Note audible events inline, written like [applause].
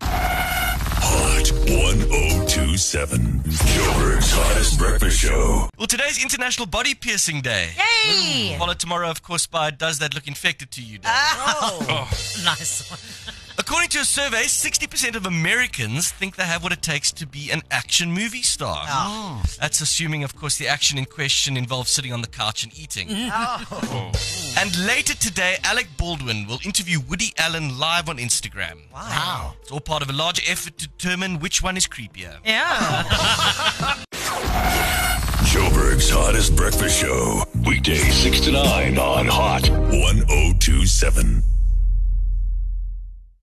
97. oh Joburg's hottest breakfast show. Well, today's International Body Piercing Day. Mm. Hey! Followed tomorrow, of course, by Does That Look Infected to You Day. Oh. [laughs] Nice one. According to a survey, 60% of Americans think they have what it takes to be an action movie star. Oh. That's assuming, of course, the action in question involves sitting on the couch and eating. Mm. [laughs] Oh. And later today, Alec Baldwin will interview Woody Allen live on Instagram. Wow. It's all part of a large effort to determine which one is creepier. Yeah. Joburg's oh hottest breakfast show. Weekday 6 to 9 on Hot 1027.